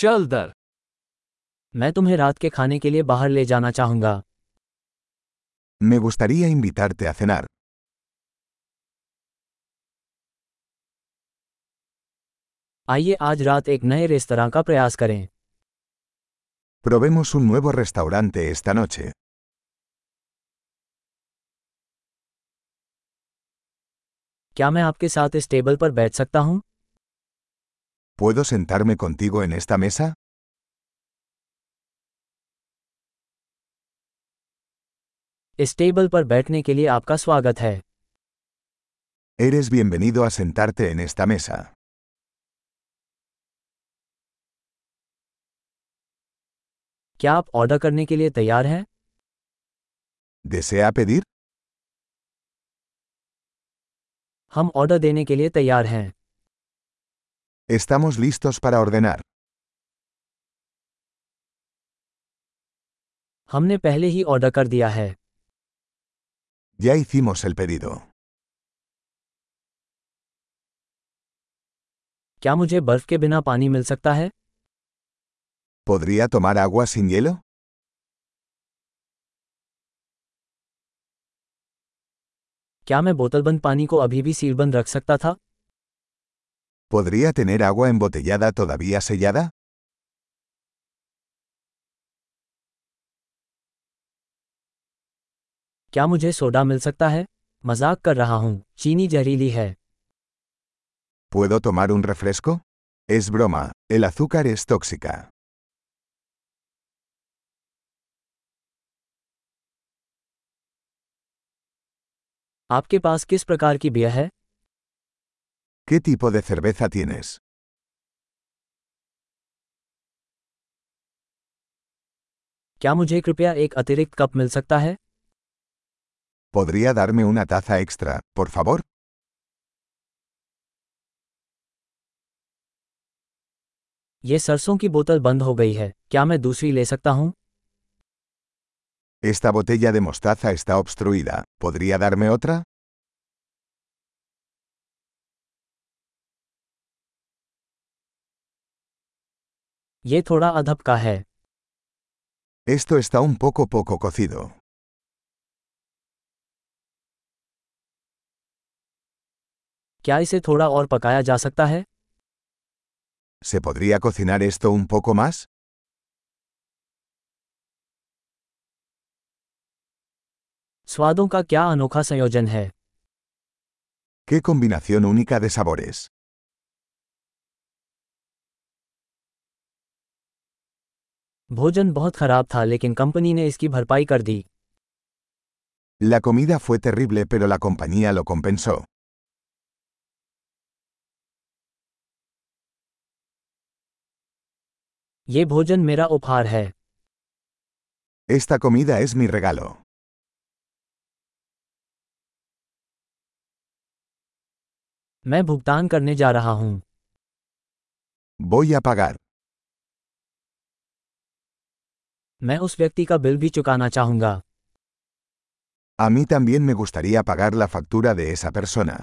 चल दर मैं तुम्हें रात के खाने के लिए बाहर ले जाना चाहूंगा Me gustaría invitarte a cenar. आइए आज रात एक नए रेस्तरा का प्रयास करें Probemos un nuevo restaurante esta noche. क्या मैं आपके साथ इस टेबल पर बैठ सकता हूँ ¿Puedo sentarme contigo en esta mesa? इस टेबल पर बैठने के लिए आपका स्वागत है Eres bienvenido a sentarte en esta mesa. क्या आप ऑर्डर करने के लिए तैयार हैं ¿Desea pedir? हम ऑर्डर देने के लिए तैयार हैं Estamos listos para ordenar. हमने पहले ही ऑर्डर कर दिया है Ya hicimos el pedido. क्या मुझे बर्फ के बिना पानी मिल सकता है ¿Podría tomar agua sin hielo? क्या मैं बोतलबंद पानी को अभी भी सीलबंद रख सकता था ¿Podría tener agua embotellada todavía sellada? क्या मुझे सोडा मिल सकता है मजाक कर रहा हूँ चीनी जहरीली है ¿Puedo tomar un refresco? Es broma, el azúcar es tóxica. आपके पास किस प्रकार की बियर है ¿Qué tipo de cerveza tienes? क्या मुझे कृपया एक अतिरिक्त कप मिल सकता है ¿Podría darme una taza extra, por favor? ये सरसों की बोतल बंद हो गई है क्या मैं दूसरी ले सकता हूँ Esta botella de mostaza está obstruida. ¿Podría darme otra? ये थोड़ा अधब का है Esto está un poco poco cocido. क्या इसे थोड़ा और पकाया जा सकता है ¿Se podría cocinar esto un poco más? स्वादों का क्या अनोखा संयोजन है ¡Qué combinación única de sabores! भोजन बहुत खराब था लेकिन कंपनी ने इसकी भरपाई कर दी La comida fue terrible pero la compañía lo compensó. ये भोजन मेरा उपहार है Esta comida es mi regalo. मैं भुगतान करने जा रहा हूँ Voy a pagar. मैं उस व्यक्ति का बिल भी चुकाना चाहूंगा A mí también me gustaría pagar la factura de esa persona.